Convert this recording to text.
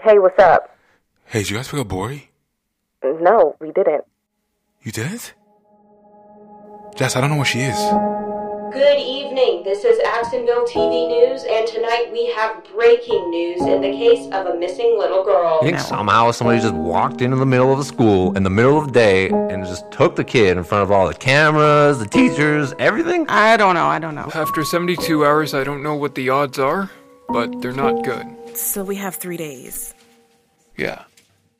Hey, what's up? Hey, did you guys pick up Bori? No, we didn't. You didn't? Jess, I don't know where she is. Good evening. This is Axonville TV News, and tonight we have breaking news in the case of a missing little girl. I think somehow somebody just walked into the middle of a school in the middle of the day and just took the kid in front of all the cameras, the teachers, everything. I don't know. I don't know. After 72 hours, I don't know what the odds are, but they're not good. So we have three days. Yeah.